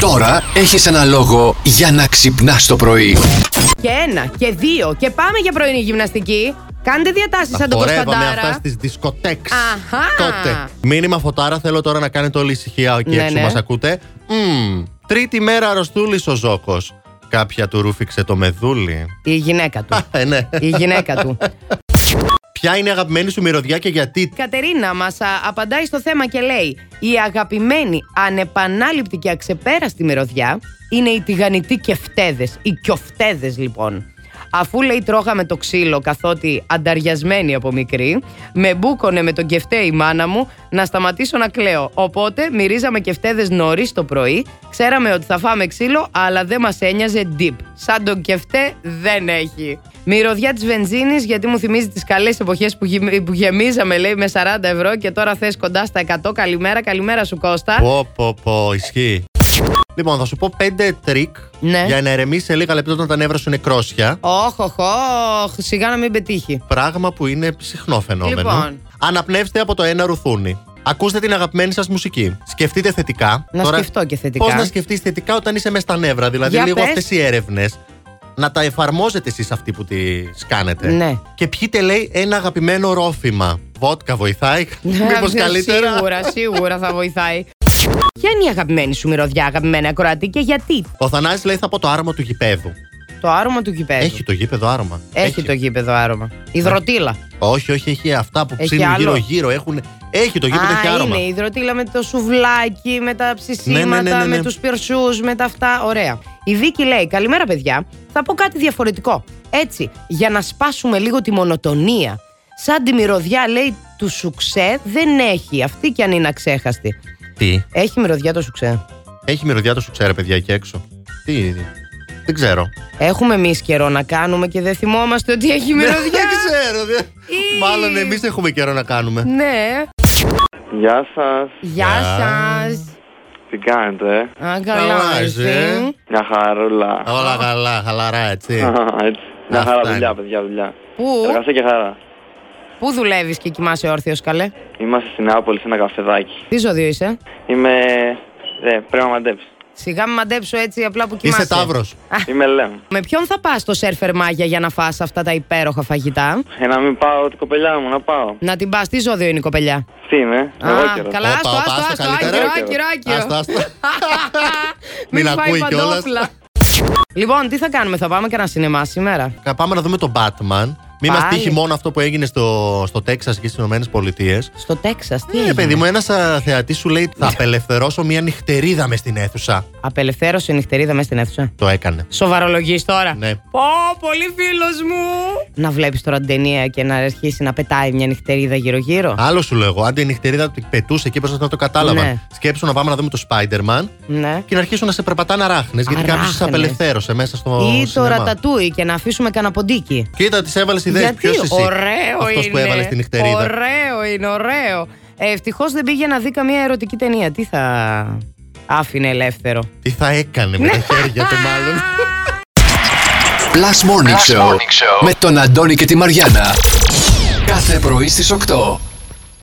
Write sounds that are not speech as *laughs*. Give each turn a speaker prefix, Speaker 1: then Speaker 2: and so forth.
Speaker 1: Τώρα έχεις ένα λόγο για να ξυπνάς το πρωί.
Speaker 2: Και ένα, και δύο, και πάμε για πρωινή γυμναστική. Κάντε διατάσεις σαν τον
Speaker 3: Χορεύαμε αυτά
Speaker 2: Κωνσταντάρα.
Speaker 3: στι δισκοτέξ.
Speaker 2: Αχα.
Speaker 3: Τότε. Μήνυμα φωτάρα, θέλω τώρα να κάνετε όλη ησυχία εκεί
Speaker 2: Ναι,
Speaker 3: έξω,
Speaker 2: ναι.
Speaker 3: μας ακούτε. Μμμ, τρίτη μέρα αρρωστούλης ο Ζόκο. Κάποια του ρούφηξε το μεδούλι.
Speaker 2: Η γυναίκα του.
Speaker 3: Ε, ναι.
Speaker 2: Η γυναίκα
Speaker 3: *laughs*
Speaker 2: του.
Speaker 3: Ποια είναι η αγαπημένη σου μυρωδιά και γιατί.
Speaker 2: Η Κατερίνα μας απαντάει στο θέμα και λέει: Η αγαπημένη, ανεπανάληπτη και αξεπέραστη μυρωδιά είναι οι τηγανιτοί κεφτέδες. Οι κιοφτέδες, λοιπόν. Αφού λέει τρώγαμε το ξύλο καθότι ανταριασμένη από μικρή, με μπούκονε με τον κεφτέ η μάνα μου να σταματήσω να κλαίω. Οπότε μυρίζαμε κεφτέδες νωρίς το πρωί, ξέραμε ότι θα φάμε ξύλο, αλλά δεν μας ένοιαζε deep. Σαν τον κεφτέ δεν έχει. Μυρωδιά της βενζίνης, γιατί μου θυμίζει τις καλές εποχές που, γεμι- που γεμίζαμε, λέει, με 40 ευρώ και τώρα θες κοντά στα 100. Καλημέρα, καλημέρα σου Κώστα.
Speaker 3: Πω, πω, πω, ισχύει. Λοιπόν, θα σου πω πέντε τρίκ
Speaker 2: Ναι.
Speaker 3: για να ηρεμήσει σε λίγα λεπτά όταν τα νεύρα σου είναι κρόσια.
Speaker 2: Όχ, όχ, όχ, σιγά να μην πετύχει.
Speaker 3: Πράγμα που είναι συχνό φαινόμενο.
Speaker 2: Λοιπόν.
Speaker 3: Αναπνεύστε από το ένα ρουθούνι. Ακούστε την αγαπημένη σας μουσική. Σκεφτείτε θετικά.
Speaker 2: Να σκεφτώ και θετικά.
Speaker 3: Πώς να σκεφτείς θετικά όταν είσαι μέσα στα νεύρα. Δηλαδή,
Speaker 2: Για
Speaker 3: λίγο
Speaker 2: πες.
Speaker 3: αυτές οι έρευνες να τα εφαρμόζετε εσείς αυτοί που τι κάνετε.
Speaker 2: Ναι.
Speaker 3: Και πιείτε, λέει, ένα αγαπημένο ρόφημα. Βότκα βοηθάει. *laughs* Μήπω καλύτερα.
Speaker 2: Ναι, Σίγουρα, σίγουρα θα βοηθάει. Ποια είναι η αγαπημένη σου μυρωδιά, αγαπημένα Κροατή, και γιατί
Speaker 3: Ο Θανάης λέει θα πω το άρωμα του γηπέδου.
Speaker 2: το άρωμα του γηπέδου.
Speaker 3: Έχει το γήπεδο άρωμα.
Speaker 2: Έχει το γήπεδο άρωμα. Υδροτήλα.
Speaker 3: Όχι, όχι, έχει αυτά που
Speaker 2: Έχει
Speaker 3: ψήνουν
Speaker 2: άλλο.
Speaker 3: γύρω-γύρω. Έχουν... Έχει το γήπεδο, έχει
Speaker 2: Α,
Speaker 3: άρωμα.
Speaker 2: είναι η υδροτήλα με το σουβλάκι, με τα ψησίματα,
Speaker 3: Ναι, ναι, ναι, ναι, ναι.
Speaker 2: με τους πυρσούς, με τα αυτά. Ωραία. Η Δίκη λέει: Καλημέρα, παιδιά. Θα πω κάτι διαφορετικό. Έτσι, για να σπάσουμε λίγο τη μονοτονία. Σαν τη μυρωδιά, λέει, του σουξέ δεν έχει. Αυτή κι αν είναι αξέχαστη.
Speaker 3: Τι.
Speaker 2: Έχει μυρωδιά το σουξέ.
Speaker 3: Έχει μυρωδιά το σου ξέρα, παιδιά, εκεί έξω. Τι. Δεν ξέρω.
Speaker 2: Έχουμε εμείς καιρό να κάνουμε και δεν θυμόμαστε ότι
Speaker 3: Ναι.
Speaker 2: έχει μυρωδιά.
Speaker 3: *laughs* Δεν ξέρω. δεν-
Speaker 2: Ή.
Speaker 3: Μάλλον εμείς έχουμε καιρό να κάνουμε.
Speaker 2: ναι.
Speaker 4: Γεια σας.
Speaker 2: Γεια
Speaker 3: Γεια.
Speaker 2: σας.
Speaker 4: Τι κάνετε, ε?
Speaker 2: Αγκαλά,
Speaker 3: Καλά, ε.
Speaker 4: Μια χαρούλα.
Speaker 3: Όλα καλά, χαλαρά, έτσι.
Speaker 4: Έτσι.
Speaker 3: Ε.
Speaker 4: Μια
Speaker 3: Αυτά
Speaker 4: χαρά
Speaker 3: είναι.
Speaker 4: δουλειά, παιδιά, δουλειά.
Speaker 2: Πού,
Speaker 4: Εργασία και χαρά.
Speaker 2: πού δουλεύεις και κοιμάσαι όρθιο, καλέ.
Speaker 4: Είμαστε στην Άπολη σε ένα καφεδάκι.
Speaker 2: Τι ζώδιο είσαι.
Speaker 4: Είμαι. Ε, πρέπει να μαντέψει.
Speaker 2: Σιγά μην μαντέψω έτσι απλά που κοιμάσαι.
Speaker 3: Είσαι τάβρο.
Speaker 4: Είμαι Λέμ.
Speaker 2: Με ποιον θα πας στο σερφερ μάγια για να φας αυτά τα υπέροχα φαγητά.
Speaker 4: Ε, να μην πάω την κοπελιά μου, να πάω.
Speaker 2: Να την πας, τι ζώδιο είναι η κοπελιά.
Speaker 4: Τι είναι, εγώ καιρό.
Speaker 2: καλά,
Speaker 3: Όπα,
Speaker 2: άστο,
Speaker 3: όπα,
Speaker 2: άστο,
Speaker 3: άστο,
Speaker 2: άστο,
Speaker 3: καλύτερα.
Speaker 2: άκυρο, άκυρο,
Speaker 3: Άστα,
Speaker 2: άκυρο. *laughs*
Speaker 3: άστα.
Speaker 2: Μην
Speaker 3: *laughs* Μην
Speaker 2: φάει
Speaker 3: ακούει κιόλας.
Speaker 2: παντόφλα. Λοιπόν, τι θα κάνουμε, θα πάμε και ένα σινεμά σήμερα.
Speaker 3: Να Πάμε να δούμε τον Batman. Μην μας
Speaker 2: Πάλι.
Speaker 3: τύχει μόνο αυτό που έγινε στο, στο Τέξας και στις Ηνωμένες Πολιτείες.
Speaker 2: Στο Τέξας, τι
Speaker 3: Ε,
Speaker 2: έγινε?
Speaker 3: παιδί μου, ένας θεατής σου λέει Θα απελευθερώσω μια νυχτερίδα μες στην αίθουσα.
Speaker 2: Απελευθέρωσε η νυχτερίδα μέσα στην αίθουσα.
Speaker 3: Το έκανε.
Speaker 2: Σοβαρολογείς τώρα.
Speaker 3: Ναι.
Speaker 2: Πω, πολύ φίλος μου. Να βλέπεις τώρα την ταινία και να αρχίσει να πετάει μια νυχτερίδα γύρω-γύρω.
Speaker 3: Άλλο σου λέω εγώ. Αν την νυχτερίδα την πετούσε εκεί, πώ να το κατάλαβαν.
Speaker 2: Ναι.
Speaker 3: Σκέψου να πάμε να δούμε το Spider-Man
Speaker 2: Ναι.
Speaker 3: και να αρχίσουν να σε περπατάνε αράχνες. Γιατί κάποιος
Speaker 2: Αράχνες.
Speaker 3: σε απελευθέρωσε μέσα στο.
Speaker 2: Ή το
Speaker 3: σινεμά.
Speaker 2: ρατατούι και να αφήσουμε κανένα ποντίκι.
Speaker 3: Κοίτα, τη έβαλε ιδέε.
Speaker 2: Γιατί
Speaker 3: Ποιος εσύ.
Speaker 2: ωραίο
Speaker 3: Αυτός
Speaker 2: είναι.
Speaker 3: που έβαλε την νυχτερίδα.
Speaker 2: Ωραίο είναι, ωραίο. Ευτυχώς δεν πήγε να δει καμία ερωτική ταινία. Τι θα άφηνε ελεύθερο.
Speaker 3: Τι θα έκανε με τα
Speaker 2: Ναι.
Speaker 3: χέρια του, μάλλον.
Speaker 2: *laughs*
Speaker 1: Plus Morning, Show, με τον Αντώνη και τη Μαριάνα. Κάθε πρωί στις 8.